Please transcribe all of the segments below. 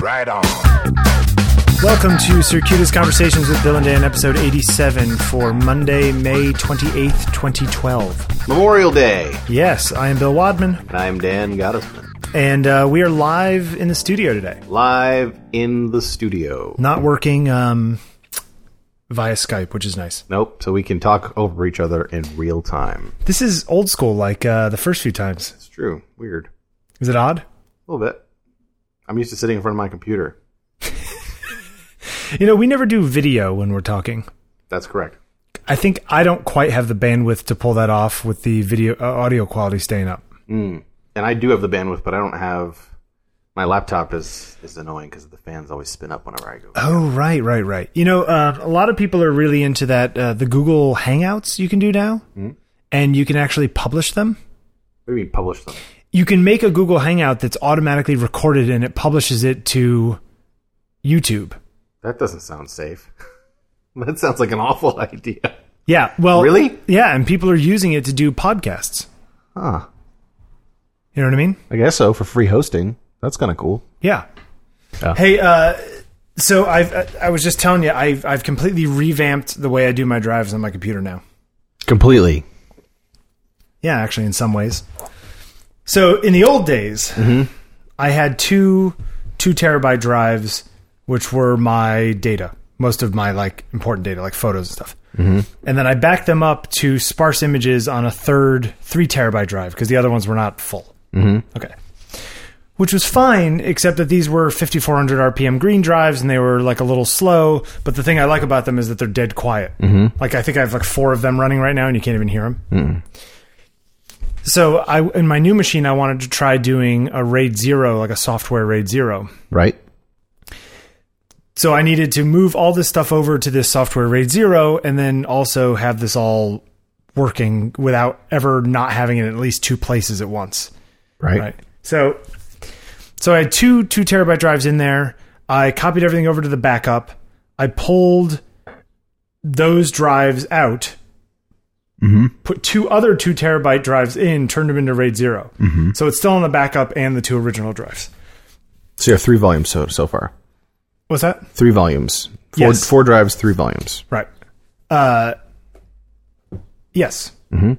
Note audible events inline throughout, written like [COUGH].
right on. Welcome to Circuitous Conversations with Bill and Dan, episode 87 for Monday, May 28th, 2012. Memorial Day. Yes, I am Bill Wadman, And I'm Dan Gottesman. and uh, we are live in the studio today. Live in the studio. Not working um, via Skype, which is nice. Nope. So we can talk over each other in real time. This is old school, like uh, the first few times. It's true. Weird. Is it odd? A little bit. I'm used to sitting in front of my computer. You know, we never do video when we're talking. That's correct. I think I don't quite have the bandwidth to pull that off with the video uh, audio quality staying up. Hmm. And I do have the bandwidth, but I don't have. My laptop is is annoying because the fans always spin up whenever I go. Oh, right, right, right. You know, uh, a lot of people are really into that, uh, the Google Hangouts you can do now, Hmm? and you can actually publish them. What do you mean publish them? You can make a Google Hangout that's automatically recorded and it publishes it to YouTube. That doesn't sound safe. [LAUGHS] that sounds like an awful [LAUGHS] idea. Yeah, well. Really? Yeah, and people are using it to do podcasts. Huh. You know what I mean? I guess so for free hosting. That's kind of cool. Yeah. Yeah. Hey, uh, so I've, uh, I was just telling you, I've, I've completely revamped the way I do my drives on my computer now. Completely. Yeah, actually, in some ways. So in the old days, I had two two terabyte drives, which were my data, most of my like important data, like photos and stuff. And then I backed them up to sparse images on a third three terabyte drive because the other ones were not full. Mm-hmm. Okay. Which was fine, except that these were 5400 RPM green drives and they were like a little slow. But the thing I like about them is that they're dead quiet. Mm-hmm. Like, I think I have like four of them running right now and you can't even hear them. So I in my new machine I wanted to try doing a RAID 0 like a software RAID 0. Right. So I needed to move all this stuff over to this software RAID 0 and then also have this all working without ever not having it in at least two places at once. Right. Right. So so I had two 2 terabyte drives in there. I copied everything over to the backup. I pulled those drives out put two other two terabyte drives in, turned them into RAID 0 So it's still on the backup and the two original drives. So you have three volumes so so far. What's that? Three volumes. Four, Yes. four drives, three volumes. Right. Uh, yes.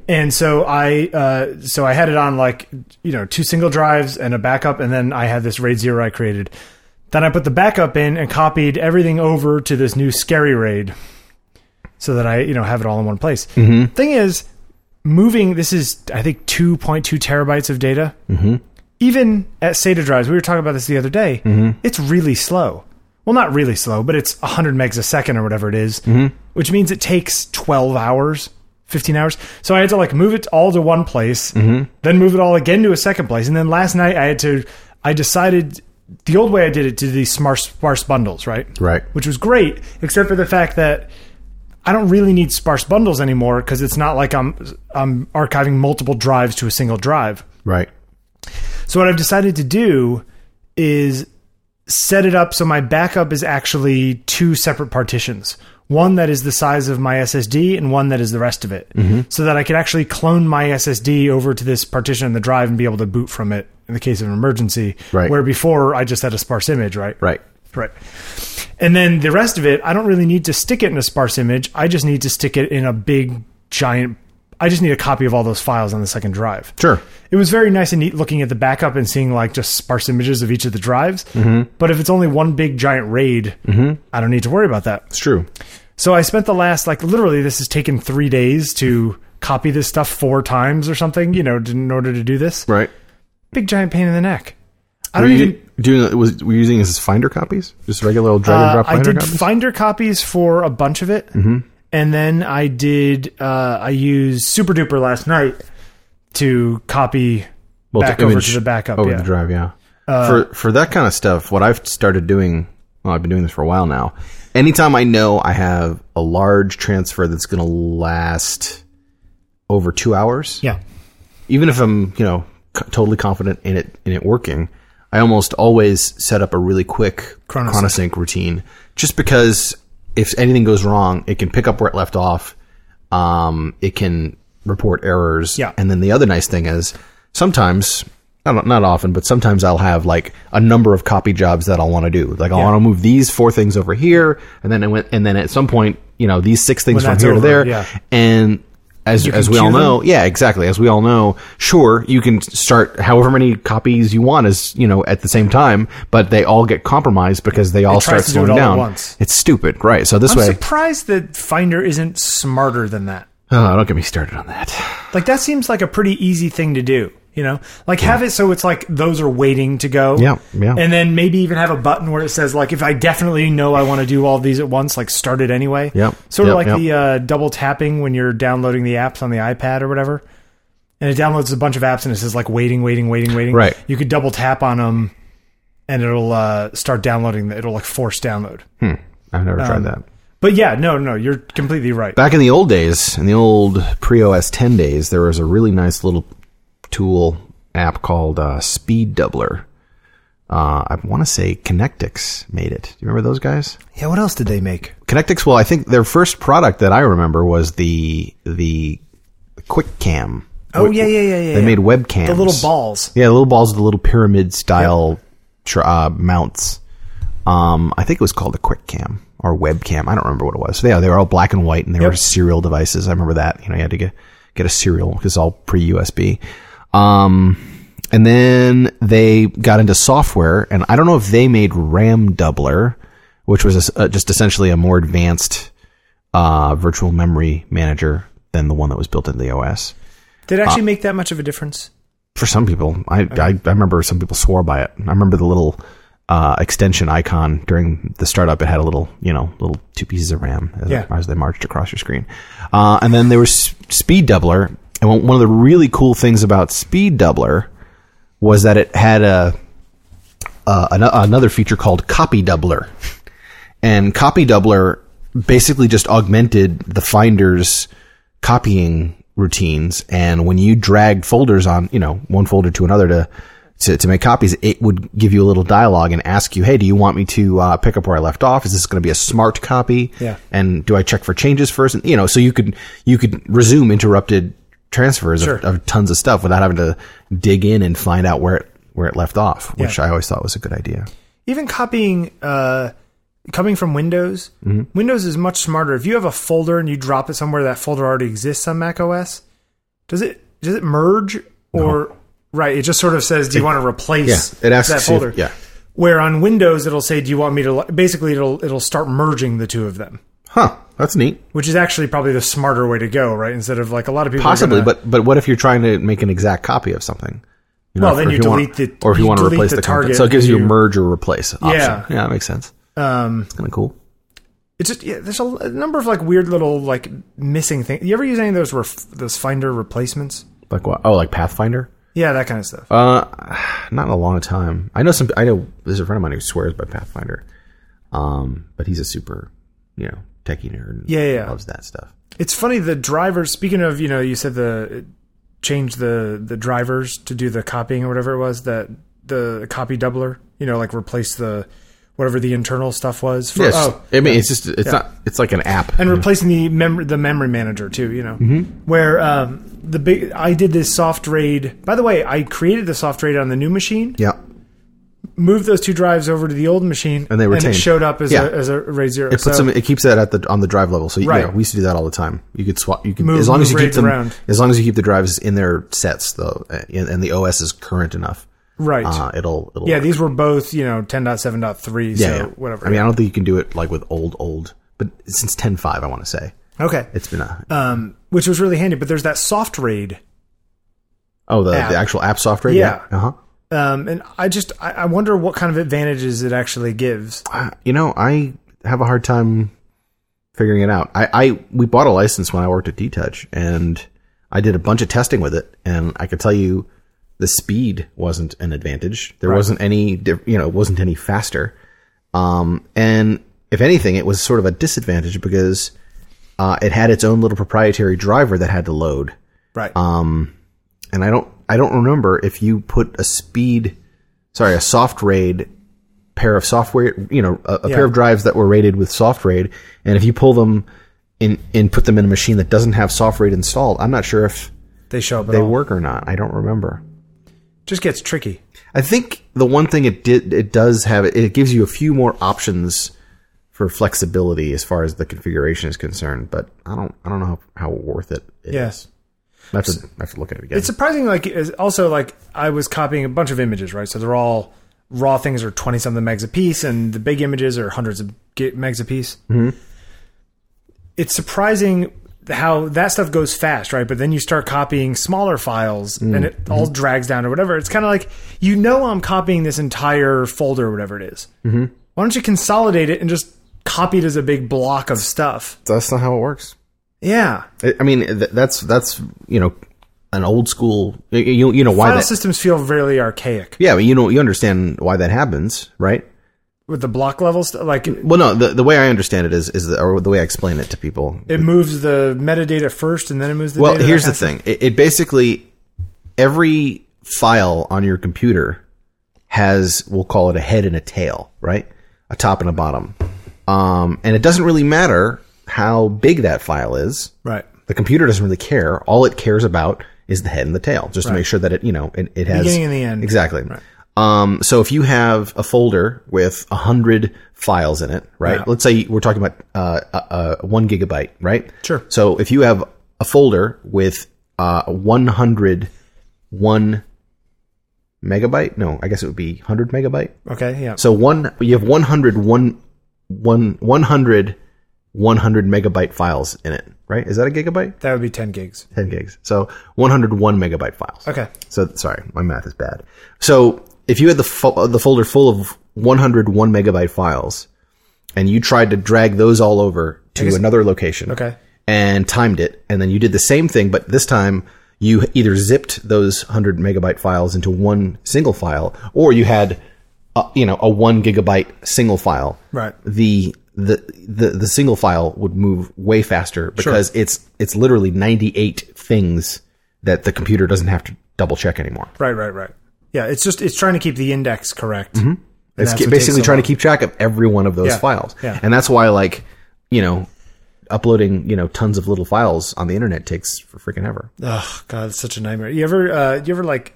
And so I, uh, so I had it on like you know two single drives and a backup, and then I had this RAID zero I created. Then I put the backup in and copied everything over to this new scary RAID, so that I you know have it all in one place. Thing is, moving this is I think two point two terabytes of data. Even at SATA drives, we were talking about this the other day. It's really slow. Well, not really slow, but it's 100 megs a second or whatever it is, which means it takes 12 hours, 15 hours. So I had to like move it all to one place, then move it all again to a second place, and then last night I had to. I decided the old way I did it to these sparse, sparse bundles, right? Right. Which was great, except for the fact that I don't really need sparse bundles anymore because it's not like I'm I'm archiving multiple drives to a single drive. Right. So what I've decided to do is set it up so my backup is actually two separate partitions. One that is the size of my SSD and one that is the rest of it. So that I could actually clone my SSD over to this partition in the drive and be able to boot from it in the case of an emergency. Right. Where before I just had a sparse image, right? Right. Right. And then the rest of it, I don't really need to stick it in a sparse image. I just need to stick it in a big, giant. I just need a copy of all those files on the second drive. Sure. It was very nice and neat looking at the backup and seeing like just sparse images of each of the drives. Mm-hmm. But if it's only one big giant raid, I don't need to worry about that. It's true. So I spent the last like literally this has taken three days to copy this stuff four times or something, you know, in order to do this. Right. Big giant pain in the neck. I Were don't you even doing was were you using this as finder copies? Just regular old drag and Uh, drop I finder did copies? Mm-hmm. Finder copies for a bunch of it, and then I did. Uh, I used Super Duper last night to copy Well, back to over image to the backup. Over yeah. Uh, the drive, yeah. for for that kind of stuff, what I've started doing well, I've been doing this for a while now. Anytime I know I have a large transfer that's gonna last over two hours, yeah, even if I'm you know c- totally confident in it in it working, I almost always set up a really quick Chronosync. chronosync routine, just because if anything goes wrong, it can pick up where it left off. Um, it can report errors. Yeah. And then the other nice thing is sometimes not, not often, but sometimes I'll have like a number of copy jobs that I'll want to do. Like I want to move these four things over here, and then I went, and then at some point, you know, these six things When from here that's to over, there, yeah. and. As, can as we all queue them? know, yeah, exactly. As we all know, sure, you can start however many copies you want as, you know, at the same time, but they all get compromised because they all start tries to do it slowing all at down. once. It's stupid, right? So this I'm way, surprised that Finder isn't smarter than that. oh, don't get me started on that. Like that seems like a pretty easy thing to do. You know, like have it so it's like those are waiting to go. Yeah, yeah. And then maybe even have a button where it says like, if I definitely know I want to do all these at once, like start it anyway. Yep, Sort of yep, like yep. the uh, double tapping when you're downloading the apps on the iPad or whatever, and it downloads a bunch of apps and it says like waiting, waiting, waiting, waiting. Right. You could double tap on them, and it'll uh, start downloading. the- It'll like force download. I've never Um, tried that. But yeah, no, no, you're completely right. back in the old days, in the old pre OS 10 days, there was a really nice little tool app called uh, Speed Doubler. Uh, I want to say Connectix made it. Do you remember those guys? Yeah. What else did they make? Connectix. Well, I think their first product that I remember was the the Quick Cam. Oh, yeah, yeah, yeah, yeah, They yeah. made webcams. The little balls. Yeah, the little balls with the little pyramid style tr uh, mounts. Um, I think it was called a quick cam or webcam. I don't remember what it was. So yeah, they were all black and white and they were Yep. serial devices. I remember that. You know, you had to get, get a serial because all pre USB. Um, and then they got into software and I don't know if they made RAM Doubler, which was uh, just essentially a more advanced, uh, virtual memory manager than the one that was built into the OS. Did it actually make that much of a difference? for some people I, I i remember some people swore by it i remember the little uh extension icon during the startup it had a little you know little two pieces of ram as, Yeah. as they marched across your screen uh and then there was speed doubler and one one of the really cool things about speed doubler was that it had a uh, an- another feature called copy doubler [LAUGHS] and copy doubler basically just augmented the finder's copying routines and when you dragged folders on you know one folder to another to to, to make copies it would give you a little dialogue and ask you hey do you want me to uh, pick up where i left off is this going to be a smart copy Yeah. and do i check for changes first and you know so you could you could resume interrupted transfers Sure. of, of tons of stuff without having to dig in and find out where it where it left off which Yeah. i always thought was a good idea even copying uh coming from windows Mm-hmm. windows is much smarter if you have a folder and you drop it somewhere that folder already exists on mac os does it does it merge or right it just sort of says do you want to replace yeah, it asks that you- folder yeah. where on windows it'll say do you want me to li-" basically it'll it'll start merging the two of them huh that's neat which is actually probably the smarter way to go right instead of like a lot of people are Possibly, gonna- but but what if you're trying to make an exact copy of something? You Well, then if- you if delete want, the- or if you, you want to delete replace the the, content. target so it gives you a and you- merge or replace option. Yeah. Yeah, that makes sense. Um, it's kind of cool. it's just yeah, there's a, a number of like weird little like missing things you ever use any of those ref, those finder replacements Like what? Oh, like Pathfinder. yeah that kind of stuff Uh, not in a long time. I know some. I know there's a friend of mine who swears by Pathfinder. Um, but he's a super, you know, techie nerd. and Yeah, yeah, yeah. loves that stuff. It's funny the drivers. Speaking of, you know, you said the change the the drivers to do the copying or whatever it was that the copy doubler. You know, like replace the whatever the internal stuff was. For, Yes, Mm-hmm. Oh, I mean it's just it's not it's like an app. and replacing the mem- the memory manager too. You know, Mm-hmm. where um, the big I did this soft raid. By the way, I created the soft raid on the new machine. yeah, Moved those two drives over to the old machine, And they it retained. showed up as Yeah. a as a RAID zero. It puts So- them. It keeps that at the on the drive level. So you Right. know, we used to do that all the time. You could swap. You could Move- as long as you move keep RAIDs them around. as long as you keep the drives in their sets though, and, and the OS is current enough. right. Uh, it'll it'll yeah, work. these were both you know 10.7.3, so yeah, yeah. whatever. I mean, I don't think you can do it like with old old, but since ten five, I want to say okay. it's been a um, which was really handy. But there's that soft raid, oh the, app. the actual app software. Yeah. Uh huh. um, and I just I, I wonder what kind of advantages it actually gives. Uh, [SIGHS] you know, I have a hard time figuring it out. I, I we bought a license when I worked at DTouch, and I did a bunch of testing with it, and I could tell you the speed wasn't an advantage. There wasn't any, diff- you know, it wasn't any faster. Um, and if anything, it was sort of a disadvantage because uh, it had its own little proprietary driver that had to load Right. Uh, and I don't I don't remember if you put a speed sorry a soft raid pair of software you know a, a pair of drives that were rated with soft raid and if you pull them in and put them in a machine that doesn't have soft raid installed I'm not sure if they show up. At they all. work or not I don't remember just gets tricky. I think the one thing it did it does have it gives you a few more options for flexibility as far as the configuration is concerned, but I don't I don't know how, how worth it. it Yes. I have, to, I have to look at it again. It's surprising. Like is- also like I was copying a bunch of images, right? So they're all raw things are twenty something megs a piece, and the big images are hundreds of gi- megs a piece. It's surprising how that stuff goes fast, right? But then you start copying smaller files, and it all drags down or whatever. It's kind of like you know I'm copying this entire folder, or whatever it is. Why don't you consolidate it and just copy it as a big block of stuff? That's not how it works. Yeah, I I mean, th- that's that's you know, an old school. y- y- You you know why file that? systems feel really archaic Yeah, but you know you understand why that happens, right? with the block level stuff. Like Well, no, the the way I understand it is is the, or the way I explain it to people. it moves the metadata first and then it moves the well, data, here's that the thing: it, it basically every file on your computer has we'll call it a head and a tail, right? A top and a bottom, um, and it doesn't really matter how big that file is. kind of thing. right The computer doesn't really care. All it cares about is the head and the tail, just to make sure that it, you know, it, it has Beginning and the end. Exactly. Um, so if you have a folder with a hundred files in it, right? Let's say we're talking about uh, uh, uh, one gigabyte, right? Sure. So if you have a folder with uh, one hundred one megabyte, no, I guess it would be hundred megabyte. okay yeah So one, you have 100, one, one, 100, 100 megabyte files in it, right? Is that a gigabyte? that would be 10 gigs 10 gigs. So 101 megabyte files. okay So sorry, my math is bad. So if you had the fo- the folder full of 101 megabyte files, and you tried to drag those all over to another location, Okay. and timed it, and then you did the same thing, but this time you either zipped those 100 megabyte files into one single file, or you had, uh, you know, a one gigabyte single file. Right. The the, the the single file would move way faster because it's it's literally 98 things that the computer doesn't have to double check anymore. right right right yeah it's just it's trying to keep the index correct Mm-hmm. It's that's what takes basically so trying to keep track of every one of those Yeah. files. Yeah. And that's why like, you know, uploading, you know, tons of little files on the internet takes for freaking ever. oh god it's such a nightmare you ever uh you ever like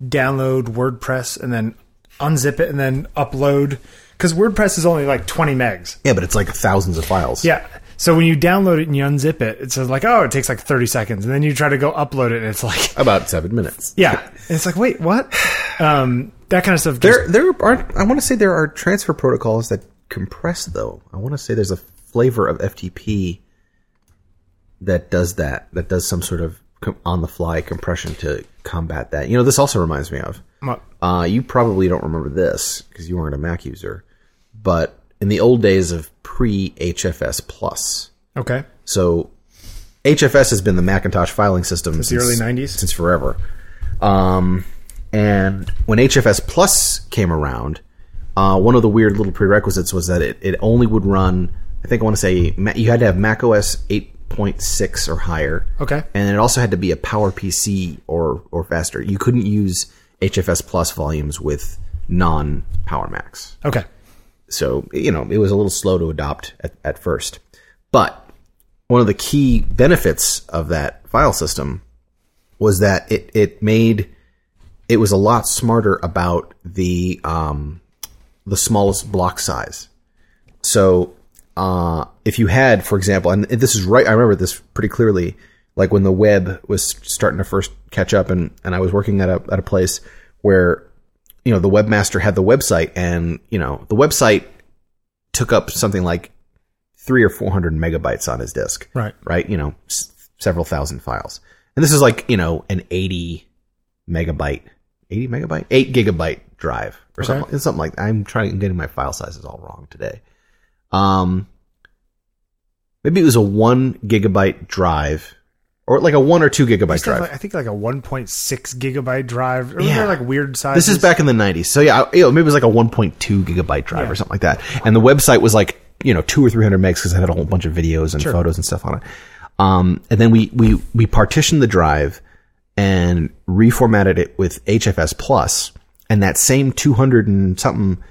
download wordpress and then unzip it and then upload because wordpress is only like 20 megs Yeah, but it's like thousands of files. yeah so when you download it and you unzip it it says like oh it takes like 30 seconds and then you try to go upload it and it's like [LAUGHS] About seven minutes. yeah And it's like wait what [SIGHS] um that kind of stuff just There there are I want to say there are transfer protocols that compress though. I want to say there's a flavor of FTP that does that, that does some sort of com- on the fly compression to combat that. You know, this also reminds me of. Uh, you probably don't remember this because you weren't a Mac user, but in the old days of pre HFS Plus, okay so HFS has been the Macintosh filing system since, the early 90s? since forever. Um, and when HFS Plus came around, uh, one of the weird little prerequisites was that it, it only would run. I think I want to say Ma- you had to have Mac OS 8.6 or higher. Okay. and it also had to be a PowerPC or or faster. You couldn't use HFS Plus volumes with non Power Macs okay so you know it was a little slow to adopt at, at first but one of the key benefits of that file system was that it it made it was a lot smarter about the um the smallest block size so uh if you had for example and this is right i remember this pretty clearly like when the web was starting to first catch up and and i was working at a at a place where you know the webmaster had the website and you know the website took up something like three or four hundred megabytes on his disk Right. right you know s- several thousand files and this is like you know an 80 megabyte 80 megabyte 8 gigabyte drive or something, something like that. i'm trying I'm getting my file sizes all wrong today um maybe it was a one gigabyte drive or like a one or two gigabyte Stuff drive like- I think like a 1.6 gigabyte drive. Or Yeah. yeah. like weird size. This is back in the 90s. So yeah, I- you know, maybe it was like a 1.2 gigabyte drive or something like that. And the website was like, you know, two or 300 megs because it had a whole bunch of videos and photos and stuff on it. Um, and then we, we, we partitioned the drive and reformatted it with HFS plus and that same 200 and something,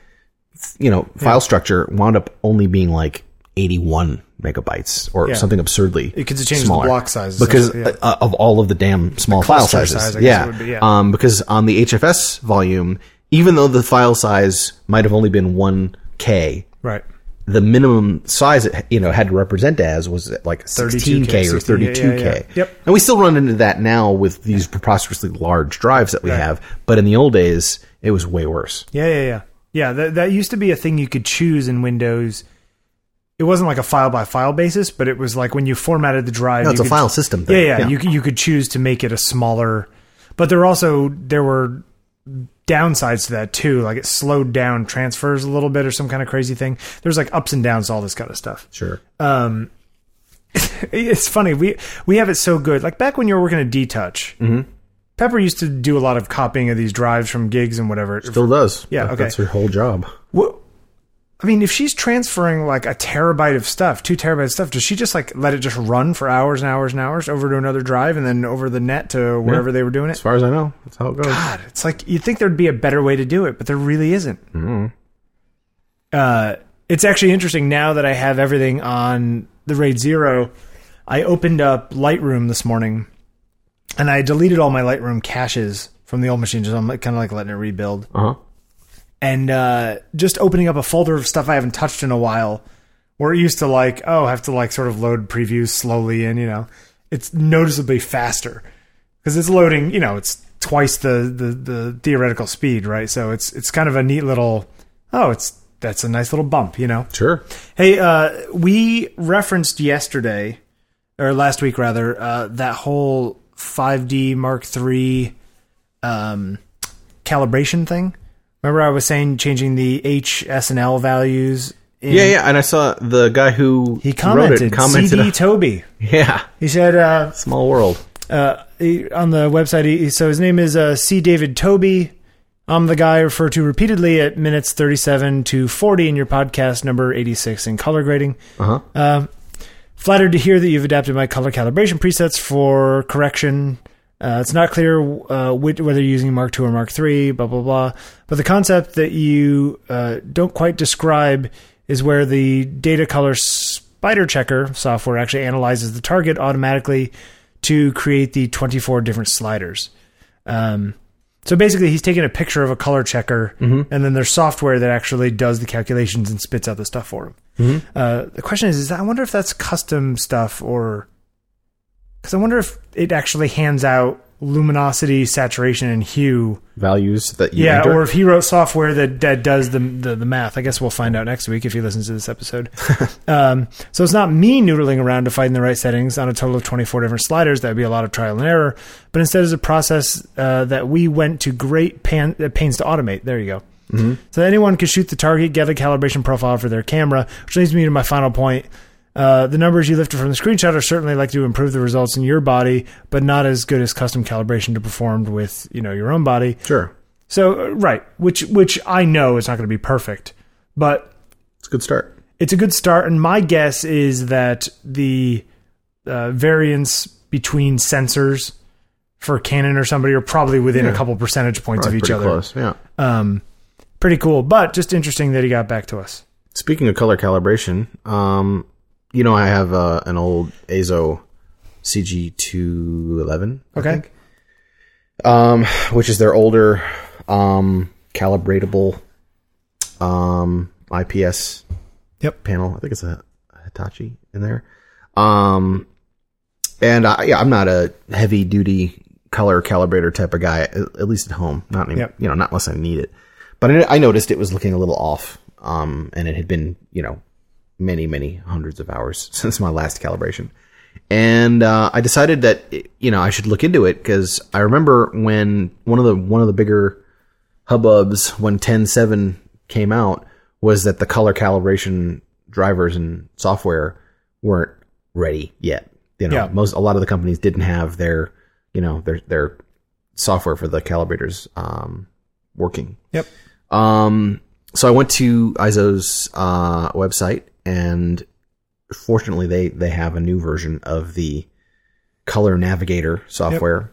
you know, file structure wound up only being like 81 megabytes or Yeah. something absurdly Because it changes the smaller. block sizes, because so, yeah. uh, of all of the damn small file cluster sizes size, I guess yeah. it would be, yeah. Um, because on the hfs volume even though the file size might have only been 1k Right. the minimum size it you know had to represent as was like 16k 32K, or 16K, 32k yeah, yeah. Yep. and we still run into that now with these preposterously large drives that we have but in the old days it was way worse Yeah, yeah, yeah. Yeah, that, that used to be a thing you could choose in Windows. It wasn't like a file by file basis, but it was like when you formatted the drive. no, you it's a could- file system Yeah, thing yeah. You You could- you could choose to make it a smaller, but there were also there were downsides to that too. Like it slowed down transfers a little bit, or some kind of crazy thing. There's like ups and downs to all this kind of stuff. sure Um, [LAUGHS] It's funny we we have it so good. Like back when you were working at D Touch, Pepper used to do a lot of copying of these drives from gigs and whatever. still does Yeah, That- okay. that's her whole job What? I mean, if she's transferring like a terabyte of stuff, two terabytes of stuff, does she just like let it just run for hours and hours and hours over to another drive and then over the net to wherever they were doing it? as far as i know that's how it goes God, it's like you'd think there'd be a better way to do it, but there really isn't. Uh, it's actually interesting now that I have everything on the RAID Zero. I opened up Lightroom this morning, and I deleted all my Lightroom caches from the old machine. Just I'm like, kind of like letting it rebuild, uh-huh and uh, just opening up a folder of stuff I haven't touched in a while. Where it used to like, oh, have to like sort of load previews slowly, and you know, it's noticeably faster because it's loading you know it's twice the, the the theoretical speed right so it's it's kind of a neat little oh it's that's a nice little bump you know sure hey uh we referenced yesterday or last week rather uh that whole 5d mark 3 um calibration thing remember i was saying changing the h s and l values in, yeah yeah and i saw the guy who he commented, wrote it, commented cd toby [LAUGHS] yeah he said uh small world uh, he- on the website. He, so his name is uh, C. David Toby. I'm the guy referred to repeatedly at minutes 37 to 40 in your podcast number 86 in color grading. uh-huh Flattered to hear that you've adapted my color calibration presets for correction. Uh, it's not clear uh, which, whether you're using Mark II or Mark III, blah, blah, blah. But the concept that you uh, don't quite describe is where the data color spider checker software actually analyzes the target automatically to create the 24 different sliders. Um, so basically, he's taking a picture of a color checker, and then there's software that actually does the calculations and spits out the stuff for him. Uh, the question is, is that, I wonder if that's custom stuff or because I wonder if it actually hands out luminosity, saturation, and hue. values that you Yeah, enter. or if he wrote software that that does the, the the math. I guess we'll find out next week if he listens to [LAUGHS] this episode. um, so it's not me noodling around to find the right settings on a total of 24 different sliders. That would be a lot of trial and error. But instead, is a process uh, that we went to great pan, uh, pains to automate. There you go. Mm-hmm. So anyone could shoot the target, get a calibration profile for their camera, which leads me to my final point. Uh, the numbers you lifted from the screenshot are certainly like to improve the results in your body, but not as good as custom calibration to performed with you know your own body. sure So uh, right, which which I know is not going to be perfect, but it's a good start it's a good start. And my guess is that the uh, variance between sensors for Canon or somebody are probably within a couple percentage points of each pretty other. close yeah Um, pretty cool, but just interesting that he got back to us. Speaking of color calibration, um, you know I have uh, an old Azo CG211, Okay, um, which is their older um, calibratable um, IPS Yep. panel. I think it's a Hitachi in there. Um, and I, yeah, I'm not a heavy duty color calibrator type of guy, at, at least at home. Not any- Yep. you know, not unless I need it. But I, I noticed it was looking a little off, um, and it had been you know many many hundreds of hours [LAUGHS] since my last calibration. And uh, I decided that you know I should look into it because I remember when one of the one of the bigger hubbubs when 10.7 came out was that the color calibration drivers and software weren't ready yet. You know, Yeah. most a lot of the companies didn't have their you know their their software for the calibrators um, working. Yep. Um, so I went to ISO's uh, website, and fortunately, they they have a new version of the Color Navigator software.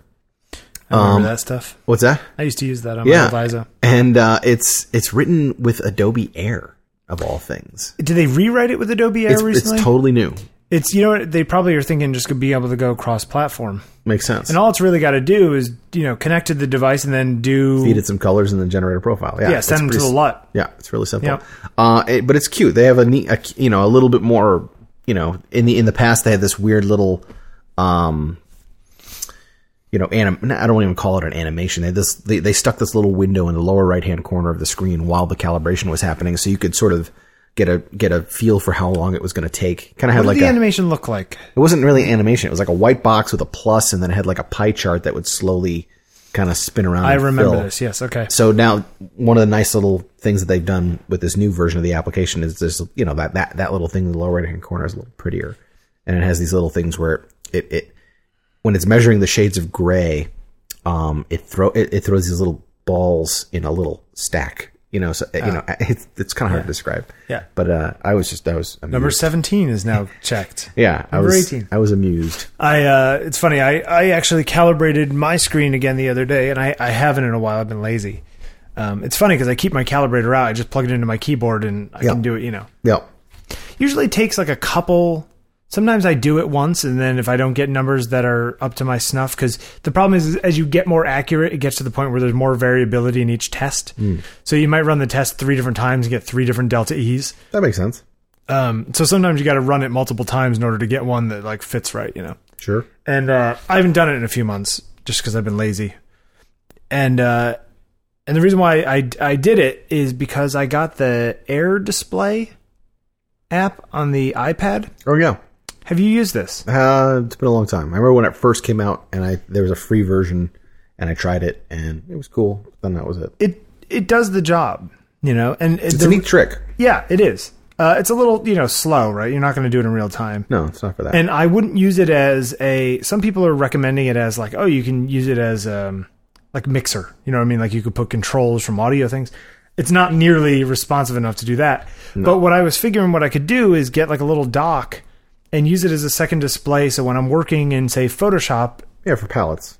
I remember that stuff. What's that? I used to use that on Um, yeah. my Visa. and uh, it's it's written with Adobe Air. of all things. Did they rewrite it with Adobe Air It's, it's recently? totally new. It's- you know what they probably are thinking just could be able to go cross platform. Makes sense. And all it's really got to do is you know connect to the device and then do Feed it some colors and then generate a profile. Yeah, yeah it's send them to pretty the s- LUT. Yeah, it's really simple. Yep. Uh, it- but it's cute. They have a neat, a, you know, a little bit more. You know, in the in the past they had this weird little, um, you know, anim. I don't even call it an animation. They had this they, they stuck this little window in the lower right hand corner of the screen while the calibration was happening, so you could sort of get a get a feel for how long it was going to take. Kind of had What like did the a, animation look like? it wasn't really animation. It was like a white box with a plus, and then it had like a pie chart that would slowly kind of spin around. I and remember fill. this. Yes. Okay. So now one of the nice little things that they've done with this new version of the application is this, you know, that, that, that little thing in the lower right hand corner is a little prettier. And it has these little things where it, it when it's measuring the shades of gray, um, it throw, it, it throws these little balls in a little stack, you know, so, you know, [LAUGHS] it's, it's kind of hard to describe. Ah. Yeah. But, uh, I was just, I was amused. Number seventeen is now checked. yeah, I number was, 18. I was amused. I uh, it's funny. I, I actually calibrated my screen again the other day, and I, I haven't in a while. I've been lazy. Um, it's funny because I keep my calibrator out. I just plug it into my keyboard, and I Yeah. can do it. You know, Yep. usually takes like a couple. Sometimes I do it once, and then if I don't get numbers that are up to my snuff, because the problem is, is as you get more accurate, it gets to the point where there's more variability in each test. Hmm. So you might run the test three different times and get three different delta E's. That makes sense. Um, so sometimes you got to run it multiple times in order to get one that like fits right. You know. Sure. and uh, I haven't done it in a few months just because I've been lazy. And uh, and the reason why I I did it is because I got the Air Display app on the iPad. Oh yeah. Have you used this? Uh, it's been a long time. I remember when it first came out, and I there was a free version, and I tried it, and it was cool. But then that was it. It it does the job, you know. And it, It's a neat trick. yeah, it is. Uh, it's a little you know slow, right? You're not going to do it in real time. No, it's not for that. And I wouldn't use it as a. Some people are recommending it as like, oh, you can use it as um, like mixer. You know what I mean? Like you could put controls from audio things. It's not nearly responsive enough to do that. But what I was figuring what I could do is get like a little dock and use it as a second display. So when I'm working in say Photoshop, yeah, for palettes.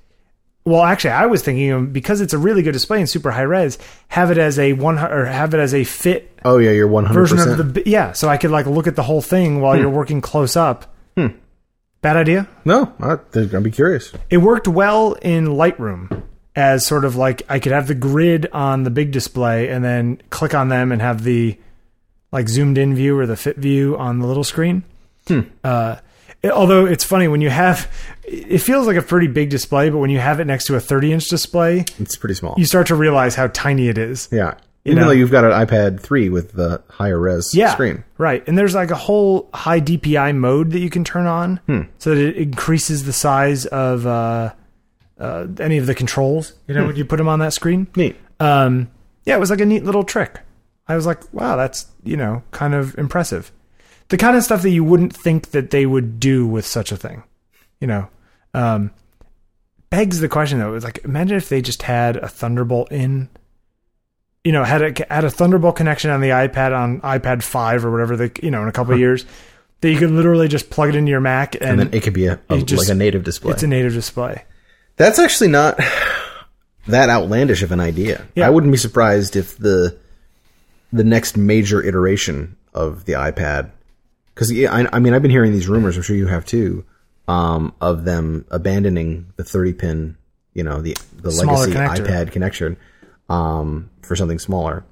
well, actually, I was thinking of because it's a really good display in super high res, have it as a one hu- or have it as a fit Oh yeah, you're one hundred version of the percent. Hmm. bi- yeah. So I could like look at the whole thing while you're working close up. Bad idea. No, I, they're gonna be curious. It worked well in Lightroom as sort of like I could have the grid on the big display and then click on them and have the like zoomed in view or the fit view on the little screen. Uh, it- although it's funny when you have, it feels like a pretty big display, but when you have it next to a 30 inch display, It's pretty small. you start to realize how tiny it is. yeah, even know. though you've got an iPad three with the higher res Yeah, screen. right. And there's like a whole high DPI mode that you can turn on, so that it increases the size of uh, uh, any of the controls. You know, when you put them on that screen. Neat. Um, yeah, it was like a neat little trick. I was like, wow, that's you know kind of impressive. The kind of stuff that you wouldn't think that they would do with such a thing, you know. Um, begs the question though. It's like imagine if they just had a Thunderbolt in, you know, had a had a Thunderbolt connection on the iPad on iPad five or whatever they you know in a couple of years that you could literally just plug it into your Mac and, And then it could be a, a- You just- like a native display. it's a native display. That's actually not [SIGHS] that outlandish of an idea. Yeah. I wouldn't be surprised if the the next major iteration of the iPad, because yeah, I, I mean I've been hearing these rumors. I'm sure you have too, um, of them abandoning the 30 pin, you know, the the Smaller legacy connector. iPad connection um, for something smaller.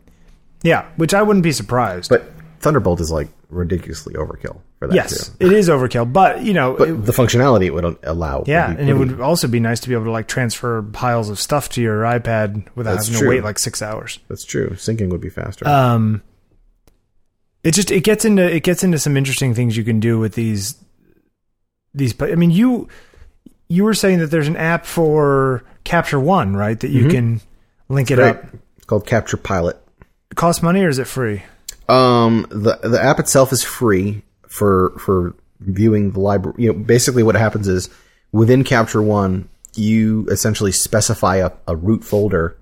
Yeah, which I wouldn't be surprised. But Thunderbolt is like ridiculously overkill for that. yes, too. it is overkill, but you know, it- But the functionality it would allow. Yeah, be and it pretty- would also be nice to be able to like transfer piles of stuff to your iPad without That's having true. to wait like six hours. That's true. Syncing would be faster. Um, it just it gets into it gets into some interesting things you can do with these these. pla- I mean, you you were saying that there's an app for Capture One, right? That you Mm-hmm. can link it right. up. It's called Capture Pilot. It costs money or is it free? Um, the the app itself is free for for viewing the library. You know, basically what happens is within Capture One, you essentially specify a, a root folder,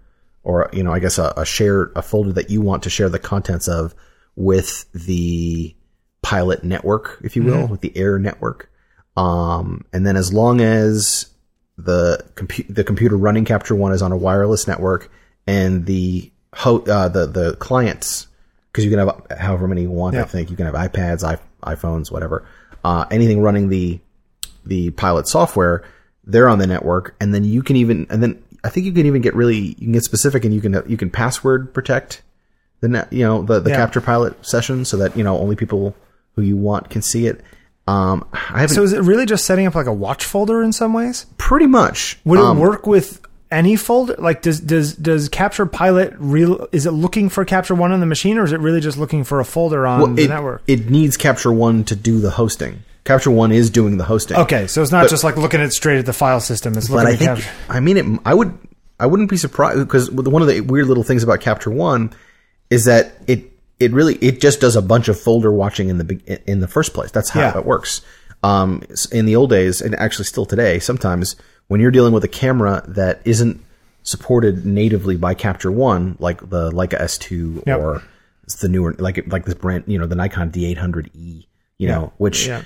or you know, I guess a, a share a folder that you want to share the contents of with the pilot network, if you will, with the Air network. Um, and then as long as the compu- the computer running Capture One is on a wireless network, and the ho- uh, the the client's because you can have however many you want. I Yeah. think you can have iPads, I, iPhones, whatever. Uh, anything running the the pilot software, they're on the network, and then you can even and then I think you can even get really you can get specific and you can you can password protect the net you know the the Yeah. capture pilot session so that you know only people who you want can see it. Um, I haven't So is it really just setting up like a watch folder in some ways? pretty much. Would it work with any folder? Like does does does Capture Pilot real is it looking for Capture One on the machine or is it really just looking for a folder on the it, network? it needs Capture One to do the hosting. Capture One is doing the hosting. Okay, so it's not just like looking at straight at the file system. It's but looking I at think Capture. I mean it. I would I wouldn't be surprised because one of the weird little things about Capture One is that it it really it just does a bunch of folder watching in the be- in the first place. That's how Yeah. it works. Um, s- in the old days, and actually still today, sometimes when you're dealing with a camera that isn't supported natively by Capture One, like the Leica S2 Yep. or it's the newer like like this brand you know the Nikon D800E E, you know which Yeah.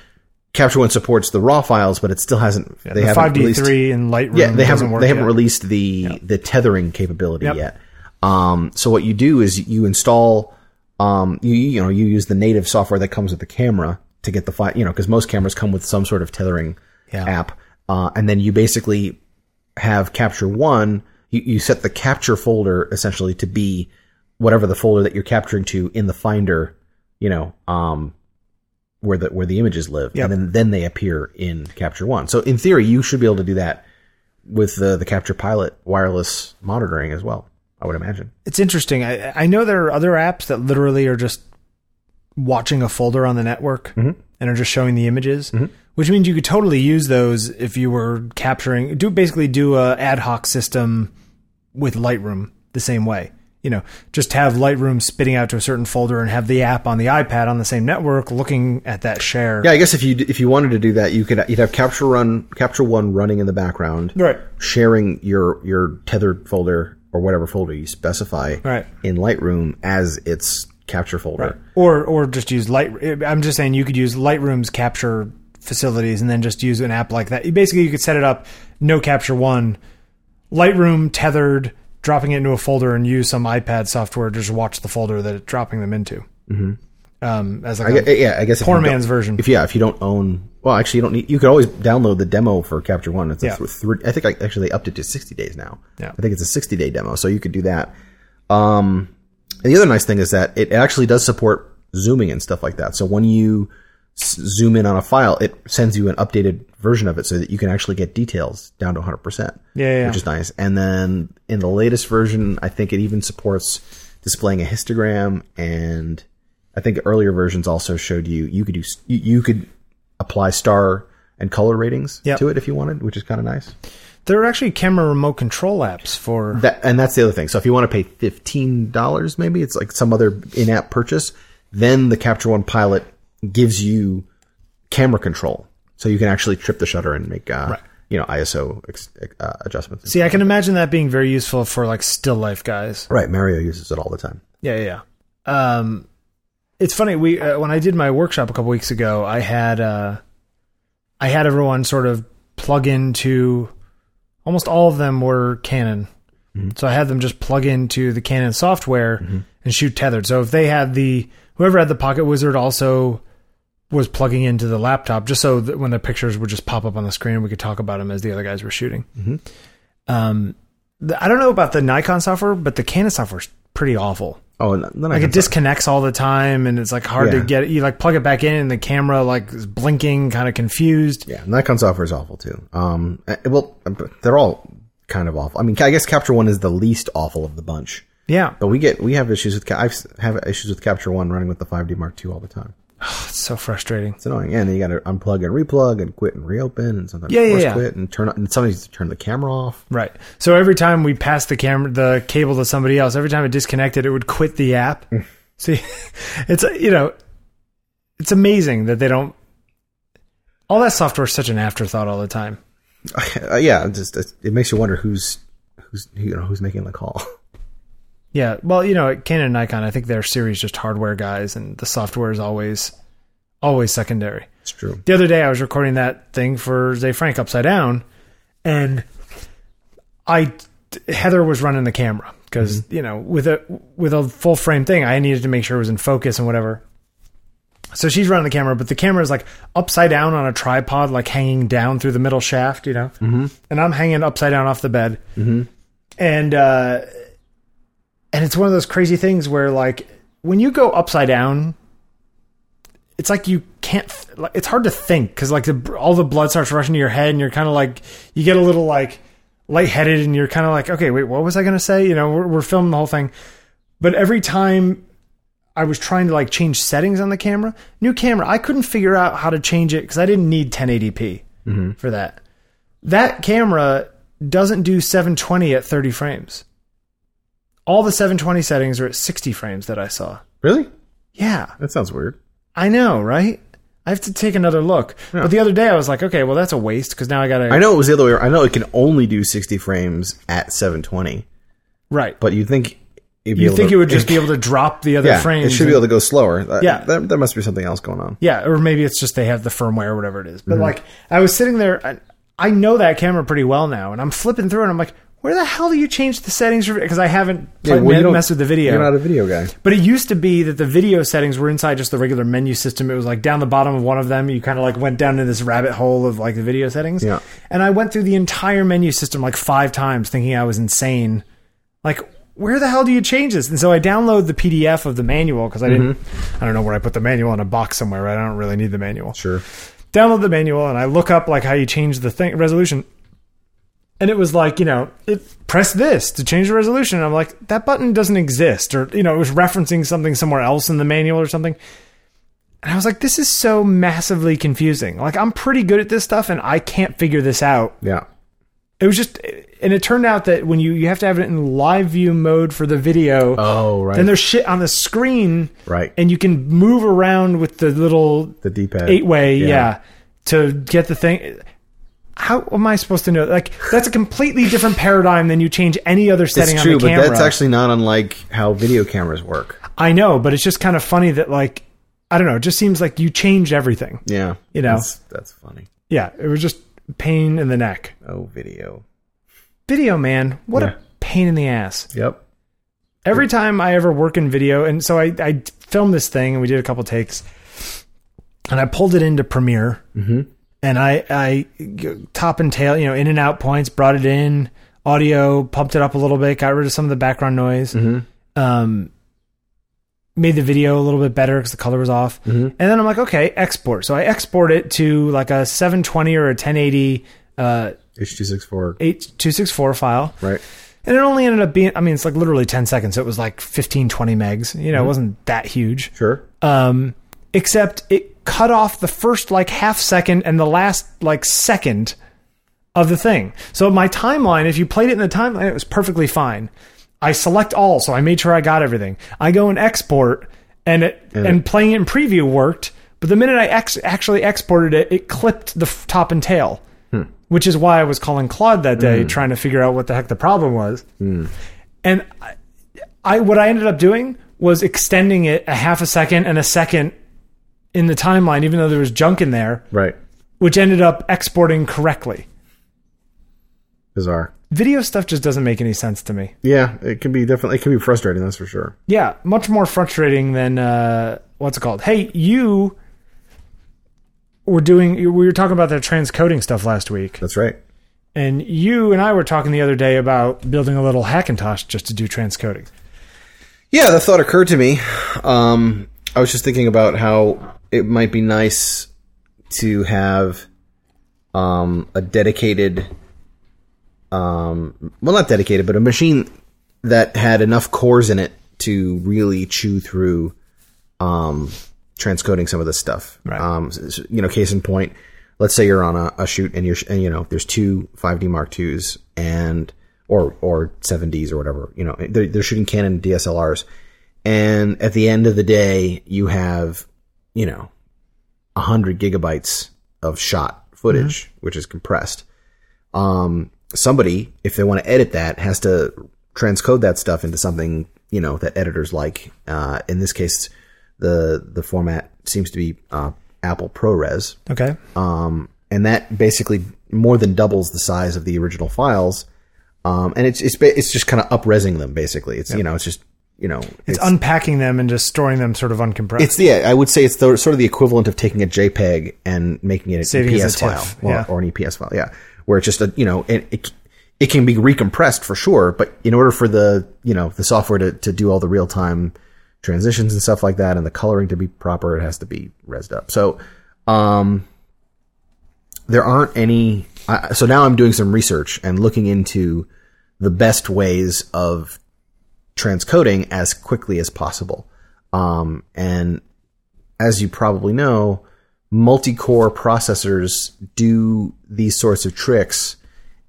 Capture One supports the raw files, but it still hasn't they The haven't five D released three in Lightroom. yeah, they doesn't haven't work they haven't yet. released the the tethering capability yet. Um, so what you do is you install um, you you know you use the native software that comes with the camera to get the file you know because most cameras come with some sort of tethering Yeah. app, uh, and then you basically have capture one. You, you set the capture folder essentially to be whatever the folder that you're capturing to in the Finder, you know, um, where the where the images live, Yep. and then then they appear in Capture One. So in theory, you should be able to do that with the the Capture Pilot wireless monitoring as well. I would imagine. It's interesting. I, I know there are other apps that literally are just watching a folder on the network and are just showing the images, which means you could totally use those if you were capturing. Do basically do a ad hoc system with Lightroom the same way. You know, just have Lightroom spitting out to a certain folder and have the app on the iPad on the same network looking at that share. Yeah, I guess if you d- if you wanted to do that, you could you'd have Capture Run Capture One running in the background, Right. sharing your your tethered folder or whatever folder you specify Right. in Lightroom as its capture folder. Or or just use light. I'm just saying you could use Lightroom's capture facilities and then just use an app like that. You- Basically, you could set it up no capture one, Lightroom tethered, dropping it into a folder and use some iPad software to just watch the folder that it's dropping them into. Mm-hmm. Um, as like Yeah, a yeah, I guess if poor you don't- man's version. If yeah, if you don't own, well, actually, you don't need. You could always download the demo for Capture One. It's a Yeah. th- thr- I think I, actually they upped it to sixty days now. Yeah. I think it's a sixty day demo, so you could do that. Um, and the other nice thing is that it actually does support zooming and stuff like that. So when you s- zoom in on a file, it sends you an updated version of it so that you can actually get details down to one hundred percent. Yeah, yeah, yeah. which is nice. And then in the latest version, I think it even supports displaying a histogram and. I think earlier versions also showed you you could do you, you could apply star and color ratings Yep. to it if you wanted, which is kind of nice. there are actually camera remote control apps for. That and that's the other thing. So if you want to pay fifteen dollars, maybe it's like some other in-app purchase, then the Capture One Pilot gives you camera control, so you can actually trip the shutter and make uh, you know ISO ex, uh, adjustments. See, I can imagine that being very useful for like still life guys. right, Mario uses it all the time. Yeah, yeah, yeah. Um, it's funny. We uh, when I did my workshop a couple weeks ago, I had uh, I had everyone sort of plug into. Almost all of them were Canon, so I had them just plug into the Canon software and shoot tethered. So if they had the whoever had the Pocket Wizard also was plugging into the laptop, just so that when the pictures would just pop up on the screen, we could talk about them as the other guys were shooting. Um, the, I don't know about the Nikon software, but the Canon software's pretty awful Oh, and then I like can it disconnects all the time and it's like hard Yeah. to get you like plug it back in and the camera like is blinking kind of confused Yeah, Nikon software is awful too. Um, eh, well, they're all kind of awful. I mean, I guess Capture One is the least awful of the bunch, yeah but we get we have issues with Ca- I have issues with Capture One running with the 5D Mark II all the time. it's so frustrating It's annoying, and then you got to unplug and replug and quit and reopen, and sometimes Yeah, yeah, force yeah. quit and turn and sometimes turn the camera off. [LAUGHS] right so every time we passed the camera the cable to somebody else every time it disconnected it would quit the app Mm. [LAUGHS] see it's uh, you know it's amazing that they don't all that software is such an afterthought all the time Uh, yeah, it just it, it makes you wonder who's who's you know who's making the call. [LAUGHS] yeah well you know at canon and nikon i think their series just hardware guys and the software is always always secondary It's true. the other day I was recording that thing for Zay Frank upside down, and I Heather was running the camera, because you know with a with a full frame thing, I needed to make sure it was in focus and whatever. So she's running the camera, but the camera is like upside down on a tripod, like hanging down through the middle shaft, you know. Mm-hmm. And I'm hanging upside down off the bed, mm-hmm. and uh, and it's one of those crazy things where like when you go upside down, it's like you can't. Like, it's hard to think because like the, all the blood starts rushing to your head, and you're kind of like you get a little like lightheaded, and you're kind of like, okay, wait, what was I gonna say? You know, we're, we're filming the whole thing, but every time I was trying to like change settings on the camera. New camera, I couldn't figure out how to change it because I didn't need 1080p for that. That camera doesn't do 720 at 30 frames. All the 720 settings are at 60 frames that I saw. Really? Yeah, That sounds weird. I know, right? I have to take another look. But the other day I was like, okay, well that's a waste because now I gotta I know it was the other way. I know it can only do 60 frames at 720, right. but you think it'd be you able think to- it [LAUGHS] would just be able to drop the other yeah, frames? It should be and- able to go slower. That- Yeah. that, there must be something else going on. Yeah, or maybe it's just they have the firmware or whatever it is. Mm-hmm. But like, I was sitting there, I, I know that camera pretty well now, and I'm flipping through, and I'm like, where the hell do you change the settings? Because I haven't played- well, you don't- messed with the video. You're not a video guy. but it used to be that the video settings were inside just the regular menu system. It was like down the bottom of one of them, you kind of like went down to this rabbit hole of like the video settings. Yeah. And I went through the entire menu system like five times, thinking I was insane. Like. Where the hell do you change this? And so I download the PDF of the manual because I didn't, I don't know where I put the manual in a box somewhere. Right? I don't really need the manual Sure. download the manual and I look up like how you change the thing resolution. And it was like, you know, it press this to change the resolution. And I'm like, that button doesn't exist. Or, you know, it was referencing something somewhere else in the manual or something. And I was like, this is so massively confusing. Like, I'm pretty good at this stuff and I can't figure this out. Yeah. It was just, and it turned out that when you, you have to have it in live view mode for the video. Oh, right. Then there's shit on the screen right. and you can move around with the little the D-pad. eight way, yeah. Yeah. to get the thing. How am I supposed to know? Like that's a completely different paradigm than you change any other setting It's true, on the but camera. that's actually not unlike how video cameras work. I know, but it's just kind of funny that like I don't know. It just seems like you changed everything. Yeah. You know. That's, that's funny. Yeah, it was just pain in the neck. Oh, video. Video man, what Yeah. a pain in the ass. Yep. Every time I ever work in video, and so I, I filmed this thing and we did a couple takes, and I pulled it into Premiere, and I I g- top and tail, you know, in and out points, brought it in, audio, pumped it up a little bit, got rid of some of the background noise, um, made the video a little bit better because the color was off, and then I'm like, okay, export. So I export it to like a 720 or a 1080 uh, H264. 8264 file. Right. And it only ended up being, I mean, it's like literally 10 seconds. So it was like 15, 20 megs. You know, it wasn't that huge. Sure. Um, except it cut off the first like half second and the last like second of the thing. So my timeline, if you played it in the timeline, it was perfectly fine. I select all, so I made sure I got everything. I go and export, and it and, playing it in preview worked. But the minute I ex- actually exported it, it clipped the f- top and tail, which is why I was calling Claude that day, trying to figure out what the heck the problem was. And I, I what I ended up doing was extending it a half a second and a second in the timeline, even though there was junk in there, Right. which ended up exporting correctly Bizarre. video stuff just doesn't make any sense to me. Yeah, it can be definitely it can be frustrating. That's for sure. Yeah, much more frustrating than uh, what's it called? Hey, you were doing we were talking about that transcoding stuff last week, That's right. and you and I were talking the other day about building a little Hackintosh just to do transcoding. Yeah, the thought occurred to me. Um, I was just thinking about how it might be nice to have um, a dedicated, um, well, not dedicated, but a machine that had enough cores in it to really chew through um, transcoding some of this stuff. Right. Um, s- s- you know, case in point, let's say you're on a, a shoot and you're sh- and you know there's two 5D Mark IIs and or or 7Ds or whatever. You know, they're, they're shooting Canon DSLRs, and at the end of the day, you have you know 100 gigabytes of shot footage, which is compressed. Um, somebody, if they want to edit that, has to transcode that stuff into something you know that editors like. Uh, in this case, the the format seems to be uh, Apple ProRes, Okay, um, and that basically more than doubles the size of the original files. Um, and it's it's ba- it's just kind of upresing them basically. It's you know it's just you know It's, unpacking them and just storing them sort of uncompressed. It's the I would say it's the sort of the equivalent of taking a JPEG and making it an Saving it EPS as a E file TIFF, or, yeah. or an EPS file, yeah. Where it's just a you know it, it it can be recompressed for sure, but in order for the you know the software to, to do all the real time transitions and stuff like that, and the coloring to be proper, it has to be resed up. So um, there aren't any. I, so now I'm doing some research and looking into the best ways of transcoding as quickly as possible. Um, and as you probably know, multi-core processors do these sorts of tricks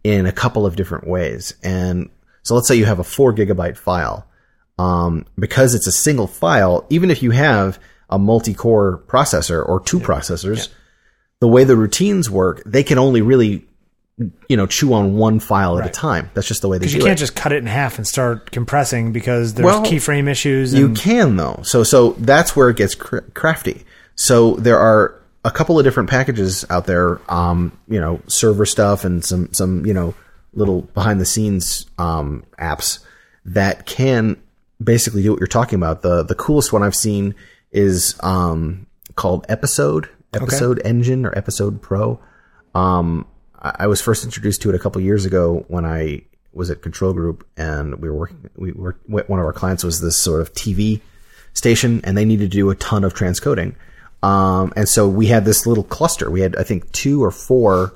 in a couple of different ways. And so let's say you have a four gigabyte file. Um, because it's a single file, even if you have a multi-core processor or two processors, the way the routines work, they can only really, you know, chew on one file at a time. That's just the way they do you it. can't just cut it in half and start compressing because there's Well, keyframe issues. You And, can though. So so that's where it gets cr- crafty. So there are a couple of different packages out there. Um, you know, server stuff and some some you know little behind the scenes um, apps that can basically do what you're talking about. The the coolest one I've seen is um, called Episode Episode Engine or Episode Pro. Um, I, I was first introduced to it a couple years ago when I was at Control Group, and we were working. We were one of our clients was this sort of TV station, and they needed to do a ton of transcoding. Um, and so we had this little cluster. We had, I think, two or four,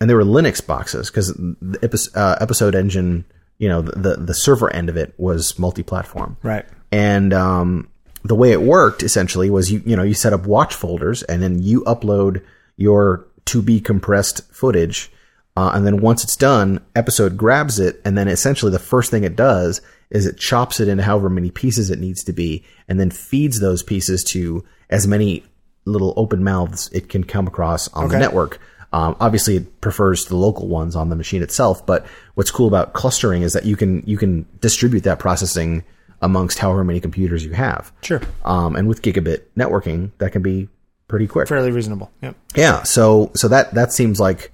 and they were Linux boxes because the episode, uh, episode engine, you know, the, the the server end of it was multi-platform right. and um, the way it worked essentially was you you know you set up watch folders and then you upload your to be compressed footage uh, and then once it's done episode grabs it and then essentially the first thing it does is it chops it into however many pieces it needs to be and then feeds those pieces to as many little open mouths it can come across on the Okay. network um, obviously, it prefers the local ones on the machine itself. But what's cool about clustering is that you can you can distribute that processing amongst however many computers you have. Sure. Um, and with gigabit networking, that can be pretty quick. Fairly reasonable. Yep. Yeah. So so that that seems like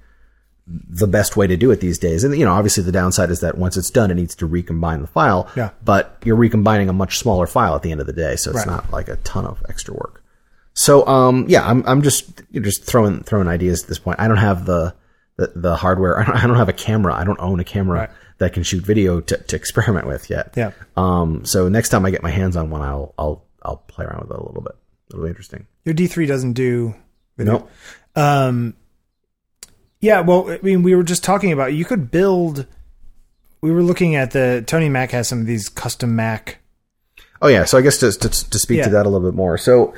the best way to do it these days. And you know, obviously, the downside is that once it's done, it needs to recombine the file. Yeah. But you're recombining a much smaller file at the end of the day, so it's not like a ton of extra work. So um, yeah, I'm I'm just you're just throwing throwing ideas at this point. I don't have the the, the hardware. [LAUGHS] I don't, I don't have a camera. I don't own a camera that can shoot video to, to experiment with yet. Yeah. Um. So next time I get my hands on one, I'll I'll I'll play around with it a little bit. It'll be interesting. Your D3 doesn't do video. Nope. Um, yeah, well, I mean, we were just talking about you could build. We were looking at the Tony Mac has some of these custom Mac. Oh yeah, so I guess to to, to speak to Yeah. that a little bit more. So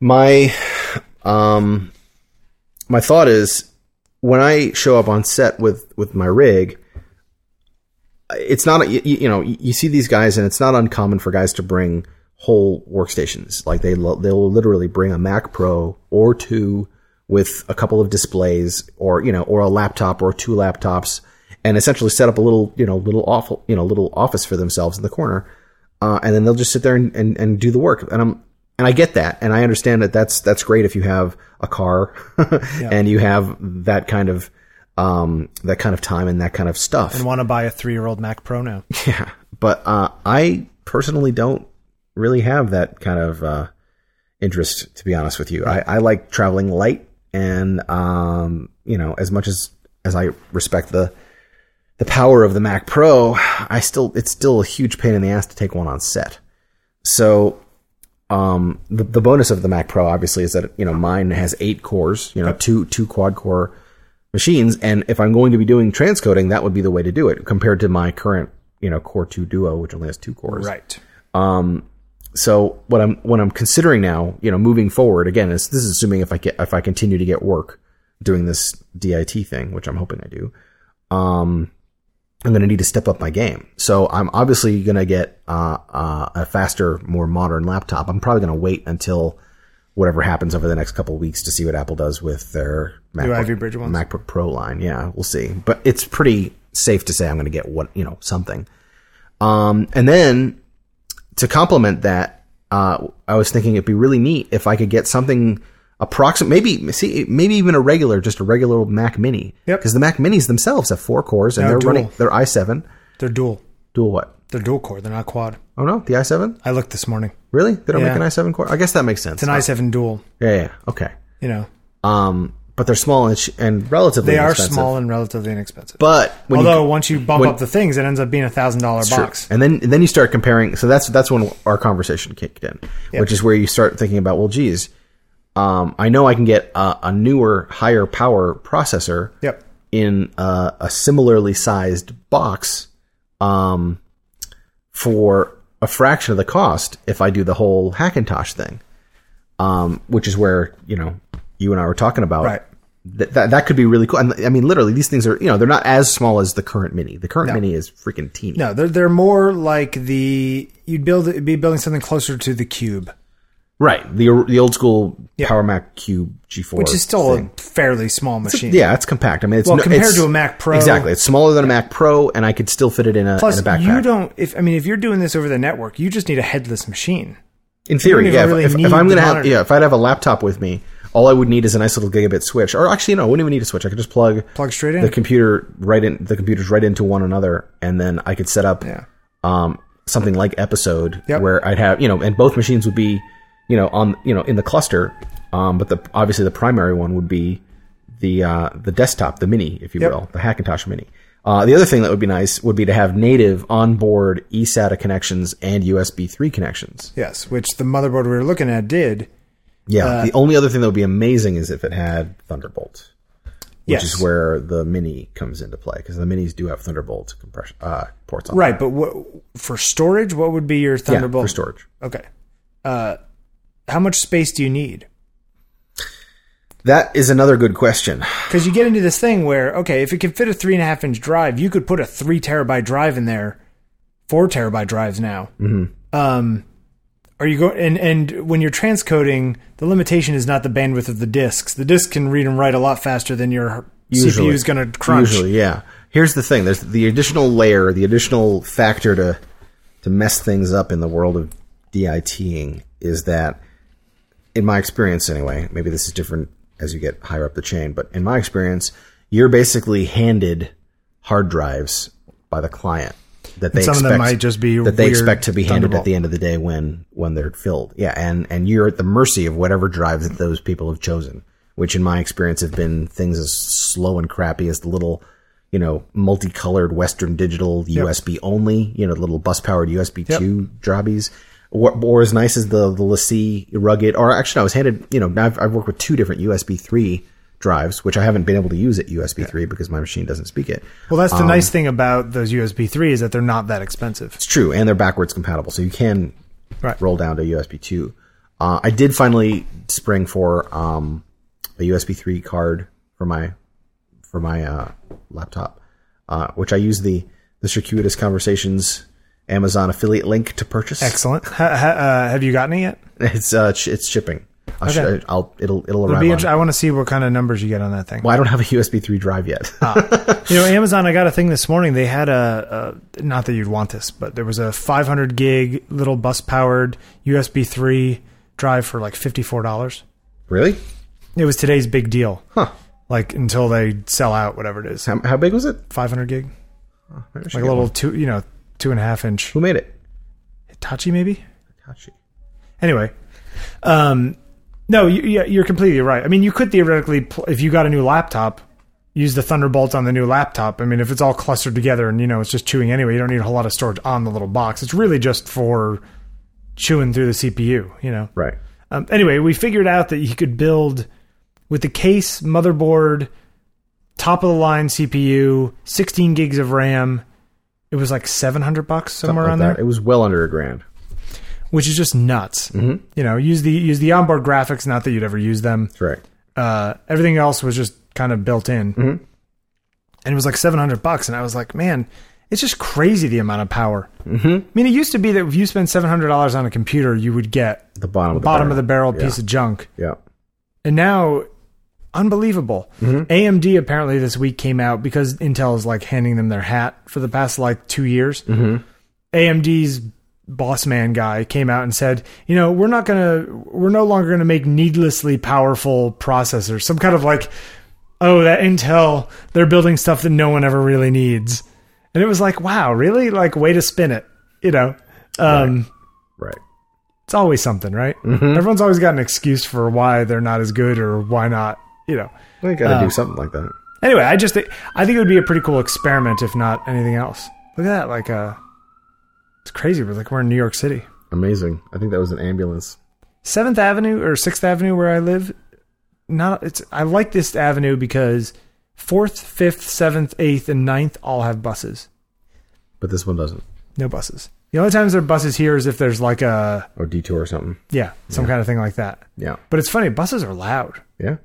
my um my thought is when I show up on set with with my rig, it's not you, you know you you see these guys and it's not uncommon for guys to bring whole workstations like they lo- they'll literally bring a Mac Pro or two with a couple of displays or you know or a laptop or two laptops and essentially set up a little you know little awful you know little office for themselves in the corner uh, and then they'll just sit there and, and, and do the work. And I'm and I get that, and I understand that that's that's great if you have a car [LAUGHS] and you have that kind of um, that kind of time and that kind of stuff. I want to buy a three-year-old Mac Pro now. [LAUGHS] Yeah, but uh, I personally don't really have that kind of uh, interest, to be honest with you. I, I like traveling light, and um, you know, as much as as I respect the the power of the Mac Pro, I still it's still a huge pain in the ass to take one on set. So. Um, the, the bonus of the Mac Pro obviously is that you know mine has eight cores, you know two two quad core machines and if i'm going to be doing transcoding that would be the way to do it compared to my current you know core 2 duo which only has two cores Right. so what i'm what i'm considering now you know moving forward again is this is assuming if i get if i continue to get work doing this dit thing which i'm hoping i do um i'm going to need to step up my game so i'm obviously going to get uh, uh, a faster more modern laptop i'm probably going to wait until whatever happens over the next couple of weeks to see what apple does with their New MacBook Ivy Bridge ones. MacBook Pro line. Yeah, we'll see. But it's pretty safe to say I'm going to get what you know something. Um, and then to complement that, uh, I was thinking it'd be really neat if I could get something approximate maybe see maybe even a regular just a regular old Mac Mini. Yep. Because the Mac Minis themselves have four cores and No, they're dual. running they're i7 They're dual. dual what? They're dual core. They're not quad. Oh no, the i7 I looked this morning. really they don't Yeah. make an i7 core. I guess that makes sense. It's an i7 dual. yeah, yeah, okay. You know, Um, but they're small and, sh- and relatively they are inexpensive. small and relatively inexpensive. But when Although you, once you bump when- up the things, it ends up being a thousand dollar Sure. box. And then and then you start comparing. So that's that's when our conversation kicked in, which is where you start thinking about, well, geez, um, I know I can get a, a newer, higher power processor Yep. in a, a similarly sized box um, for a fraction of the cost if I do the whole Hackintosh thing, um, which is where you know you and I were talking about. Right. That, that, that could be really cool. And I mean, literally, these things are, you know, they're not as small as the current Mini. The current Mini is freaking teeny. No, they're they're more like the you'd build be building something closer to the cube, Right. The the old school Power Mac Cube G4. which is still a fairly small machine. yeah, it's compact. I mean, it's Well, no- compared it's- to a Mac Pro- exactly. It's smaller than a Mac Pro, and I could still fit it in a, Plus, in a backpack. you don't. If I mean, if you're doing this over the network, you just need a headless machine. in theory, even yeah. really if, if, need if I'm the gonna have, monitor. yeah, if I'd have a laptop with me, all I would need is a nice little gigabit switch. Or actually, no, I wouldn't even need a switch. I could just plug Plug straight in. the computer right in the computers right into one another, and then I could set up um, something like Episode, Yep. where I'd have you know, and both machines would be you know on you know in the cluster, um, but the obviously the primary one would be the uh, the desktop, the mini, if you will, the Hackintosh mini. Uh, the other thing that would be nice would be to have native onboard E eSATA connections and USB 3 connections. Yes, which the motherboard we were looking at did. Yeah. Uh, the only other thing that would be amazing is if it had Thunderbolt, which yes, is where the Mini comes into play because the Minis do have Thunderbolt compression uh, ports on. them. right. But what for storage? What would be your Yeah, Thunderbolt? for storage. Okay. Uh, how much space do you need? That is another good question. Because you get into this thing where, okay, if it can fit a three and a half inch drive, you could put a three terabyte drive in there, four terabyte drives now. Mm-hmm. Um, are you going? And and when you're transcoding, the limitation is not the bandwidth of the disks. The disk can read and write a lot faster than your CPU is going to crunch. Usually, yeah. Here's the thing: there's the additional layer, the additional factor to to mess things up in the world of DITing is that, in my experience, anyway, maybe this is different as you get higher up the chain, but in my experience, you're basically handed hard drives by the client that they some of expect them might just be that they weird expect to be handed at Thunderbolt. the end of the day when when they're filled. Yeah, and and you're at the mercy of whatever drives that those people have chosen, which in my experience have been things as slow and crappy as the little, you know, multicolored Western Digital USB only, you know, the little bus powered USB two jobbies. Or, or as nice as the the LaCie rugged, or actually, I was handed. You know, now I've, I've worked with two different USB three drives, which I haven't been able to use at USB three because my machine doesn't speak it. Well, that's the nice thing about those USB three is that they're not that expensive. It's true, and they're backwards compatible, so you can Right. roll down to USB two. Uh, I did finally spring for um, a USB three card for my for my uh, laptop, uh, which I use the the circuitous conversations Amazon affiliate link to purchase. Excellent. Ha, ha, uh, have you gotten it yet? [LAUGHS] It's uh, ch- it's shipping. I'll, sh- Okay. I'll it'll it'll It'd arrive. be on- int- I want to see what kind of numbers you get on that thing. well, I don't have a USB three drive yet. Ah. You know, Amazon, I got a thing this morning. They had a, a not that you'd want this, but there was a 500 gig little bus powered USB 3 drive for like $54. [LAUGHS] really? It was today's big deal. Huh? Like until they sell out, whatever it is. How, how big was it? 500 gig? Maybe I should Like a get one. little two, you know, two and a half inch Who made it? Hitachi maybe? Hitachi. Anyway. Um, no, you, yeah, you're completely right. I mean, you could theoretically, pl- if you got a new laptop, use the Thunderbolt on the new laptop. I mean, if it's all clustered together and you know it's just chewing anyway, you don't need a whole lot of storage on the little box. It's really just for chewing through the CPU. You know. Right. Um, anyway, we figured out that you could build with the case, motherboard, top of the line CPU, 16 gigs of RAM. It was like 700 bucks somewhere Like around there that. It was well under a grand. which is just nuts. Mm-hmm. You know, use the use the onboard graphics. Not that you'd ever use them. That's right. Uh, everything else was just kind of built in, mm-hmm. and it was like seven hundred bucks. And I was like, man, it's just crazy the amount of power. Mm-hmm. I mean, it used to be that if you spend seven hundred dollars on a computer, you would get The bottom of the bottom barrel. of the barrel Yeah. piece of junk, Yeah. and now. Unbelievable. AMD apparently this week came out because Intel is like handing them their hat for the past like two years. AMD's boss man guy came out and said, you know, we're not gonna, we're no longer gonna make needlessly powerful processors. Some kind of like, oh, that Intel, they're building stuff that no one ever really needs. And it was like, wow, really? Like, way to spin it, you know? Um, Right. It's always something, right? Everyone's always got an excuse for why they're not as good or why not, you know? They got to Uh, do something like that. Anyway, I just think, I think it would be a pretty cool experiment, if not anything else. Look at that, like, uh, it's crazy. We're like, we're in New York City. Amazing. I think that was an ambulance. Seventh Avenue or Sixth Avenue where I live. Not it's. I like this avenue because fourth, fifth, seventh, eighth, and 9th all have buses. But this one doesn't. No buses. The only times there are buses here is if there's like a Or detour or something. yeah some kind of thing like that. Yeah. But it's funny. Buses are loud, Yeah.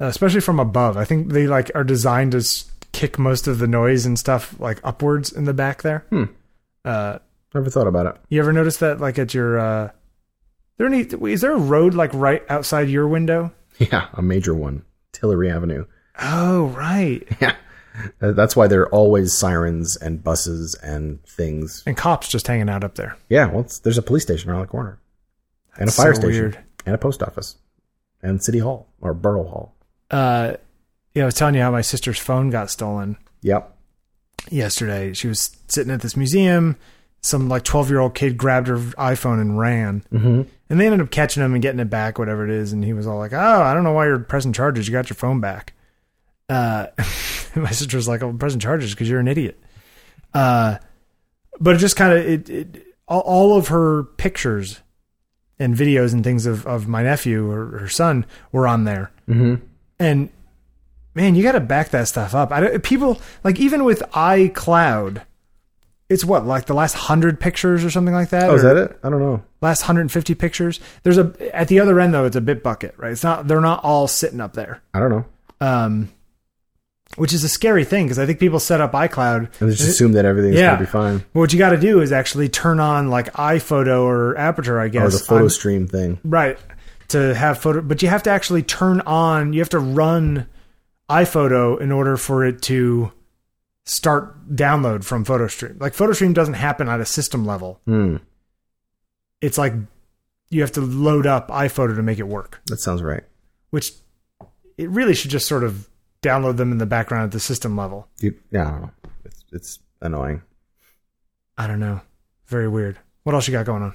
uh, especially from above. I think they like are designed to s- kick most of the noise and stuff like upwards in the back there. Hmm. Uh, Never thought about it. you ever notice that like at your uh, there any is there a road like right outside your window? [LAUGHS] Yeah. A major one. Tillery Avenue. Oh right. Yeah. Uh, That's why there are always sirens and buses and things. and cops just hanging out up there. Yeah. Well, it's, there's a police station around the corner and a That's fire so station weird. and a post office and city hall or borough hall. Uh, yeah, I was telling you how my sister's phone got stolen Yep. yesterday. She was sitting at this museum. Some like twelve year old kid grabbed her iPhone and ran, mm-hmm. and they ended up catching him and getting it back, whatever it is. And he was all like, "Oh, I don't know why you're pressing charges. You got your phone back." Uh, [LAUGHS] my sister was like, "I'm pressing charges because you're an idiot." Uh, but it just kind of it, it all, all of her pictures and videos and things of, of my nephew or her son were on there. Mm-hmm. And man, you got to back that stuff up. I don't, people like even with iCloud, it's what like the last hundred pictures or something like that. Oh, is or that it? I don't know. Last hundred and fifty pictures. There's a at the other end though. It's a bit bucket, right? It's not. They're not all sitting up there. I don't know. Um, which is a scary thing because I think people set up iCloud And they just assume that everything's Yeah. going to be fine. well, what you got to do is actually turn on like iPhoto or Aperture, I Or guess. the photo on- stream thing. right. To have photo, but you have to actually turn on, you have to run iPhoto in order for it to start download from PhotoStream. Like PhotoStream doesn't happen at a system level. Hmm. It's like you have to load up iPhoto to make it work, That sounds right. which it really should just sort of download them in the background at the system level. You, yeah, I don't know. It's, it's annoying. I don't know. Very weird. What else you got going on?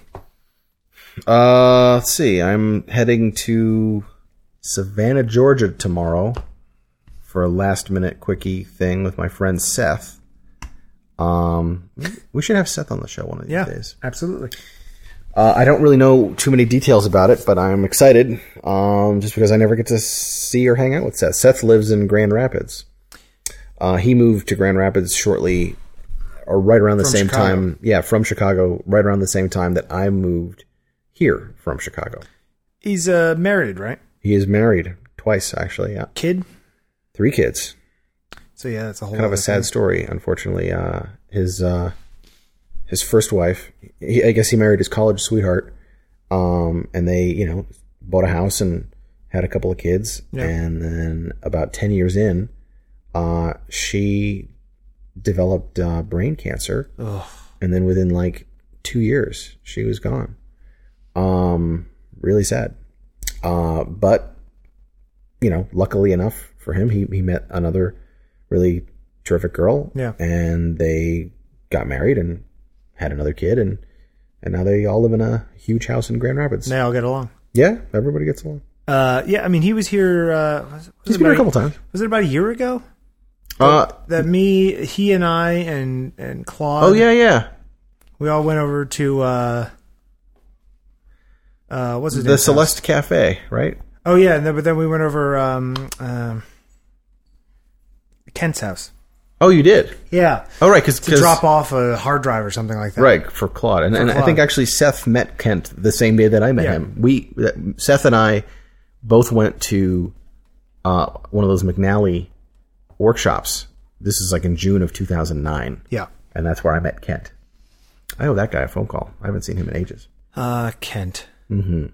Uh, let's see. I'm heading to Savannah, Georgia tomorrow for a last minute quickie thing with my friend Seth. Um, we should have Seth on the show one of these days. absolutely. Uh, I don't really know too many details about it, but I'm excited. Um, just because I never get to see or hang out with Seth. Seth lives in Grand Rapids. Uh, he moved to Grand Rapids shortly, or right around the same Chicago. time. Yeah, from Chicago, right around the same time that I moved here from Chicago. He's uh, married, right? He is married twice, actually. Yeah, Kid. three kids. So yeah, that's a whole Kind of a other sad story, unfortunately. Uh, his uh, his first wife, he, I guess he married his college sweetheart, um, and they, you know, bought a house and had a couple of kids. Yeah. And then about ten years in, uh, she developed uh, brain cancer, thing. Ugh. and then within like two years, she was gone. Um, really sad. Uh, but you know, luckily enough for him, he he met another really terrific girl. Yeah. and they got married and had another kid, and and now they all live in a huge house in Grand Rapids. They all get along. Yeah, everybody gets along. Uh, yeah, I mean, he was here. Uh, was, was, He's it been about here a couple times. was it about a year ago Uh, that me, he, and I, and and Claude. oh yeah, yeah. we all went over to. Uh, uh, what's it? The Celeste Cafe, right? Oh yeah, and then, but then we went over um, um Kent's house. Oh, you did. Yeah, Oh, right, because to drop off a hard drive or something like that. Right for Claude, and, and I Claude. think actually Seth met Kent the same day that I met Yeah. him. We that- Seth and I both went to uh, one of those McNally workshops. This is like in June of 2009, Yeah. and that's where I met Kent. I owe that guy a phone call. I haven't seen him in ages. Uh, Kent. Mm-hmm.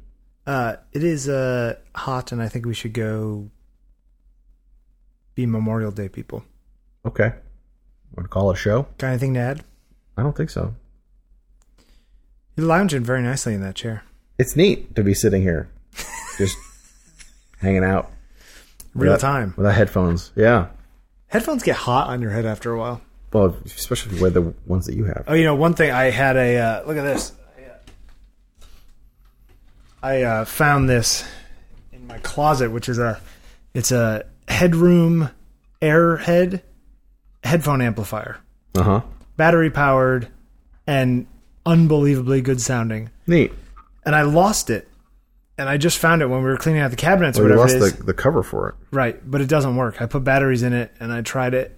Uh, it is uh hot, and I think we should go be Memorial Day people. Okay, want to call it a show? Got anything to add? I don't think so. You're lounging very nicely in that chair. It's neat to be sitting [LAUGHS] here, just hanging out Real without- time. without headphones. Yeah. Headphones get hot on your head after a while. Well, especially if you wear the ones that you have. Oh, you know, one thing I had a uh, look at this. I uh, found this in my closet, which is a it's a headroom airhead headphone amplifier, Uh huh. battery powered, and unbelievably good sounding. Neat. And I lost it, and I just found it when we were cleaning out the cabinets. or We whatever Oh, lost it is. the, the cover for it. Right, but it doesn't work. I put batteries in it and I tried it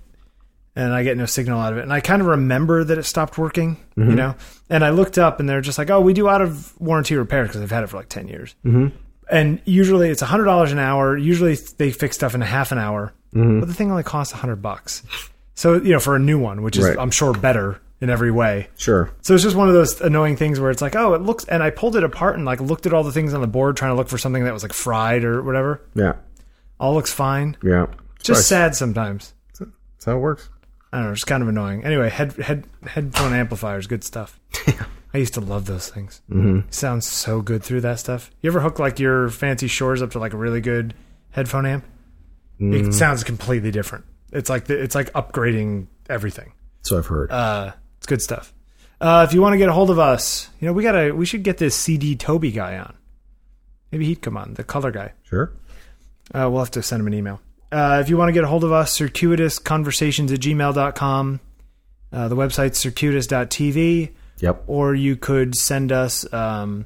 and I get no signal out of it. And I kind of remember that it stopped working, you know? And I looked up and they're just like, oh, we do out of warranty repair because I've had it for like 10 years. Mm-hmm. And usually it's $100 an hour. Usually they fix stuff in a half an hour, but the thing only costs 100 bucks. So, you know, for a new one, which is, Right. I'm sure, better in every way. Sure. So it's just one of those annoying things where it's like, oh, it looks, and I pulled it apart and like looked at all the things on the board trying to look for something that was like fried or whatever. Yeah. All looks fine Yeah. just That's sad sometimes. that's how it works. I don't know, it's kind of annoying. Anyway, head head headphone amplifiers, good stuff. I used to love those things. Mm-hmm. Sounds so good through that stuff. You ever hook like your fancy shores up to like a really good headphone amp? It sounds completely different. It's like the, it's like upgrading everything. So I've heard. Uh, it's good stuff. Uh, if you want to get a hold of us, you know we gotta we should get this CD Toby guy on. Maybe he'd come on the color guy. sure. Uh, we'll have to send him an email. Uh, if you want to get a hold of us, circuitousconversations at gmail.com. Uh, the website's circuitous.tv, Yep. or you could send us um,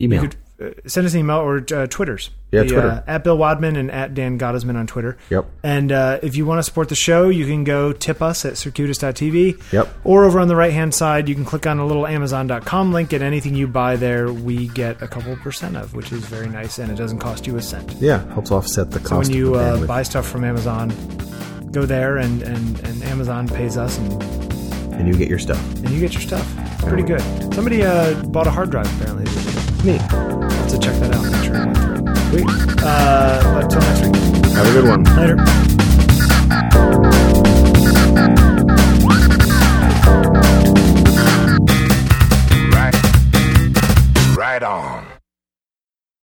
Email. you could, uh, send us an email or uh, Twitters. Yeah, The, Twitter. Uh, at Bill Wadman and at Dan Gottesman on Twitter. Yep. And uh, if you want to support the show, you can go tip us at circuitous.tv. Yep. Or over on the right hand side, you can click on a little Amazon.com link, and anything you buy there, we get a couple percent of, which is very nice, and it doesn't cost you a cent Yeah. Helps offset the cost. when you of the uh, bandwidth. buy stuff from Amazon, go there and, and, and Amazon pays us and, and you get your stuff. and you get your stuff. It's pretty good. Somebody uh, bought a hard drive apparently. Neat. So check that out. Make sure it went through. Sweet. Uh, until next week. Have a good one. Later. Right. Right on.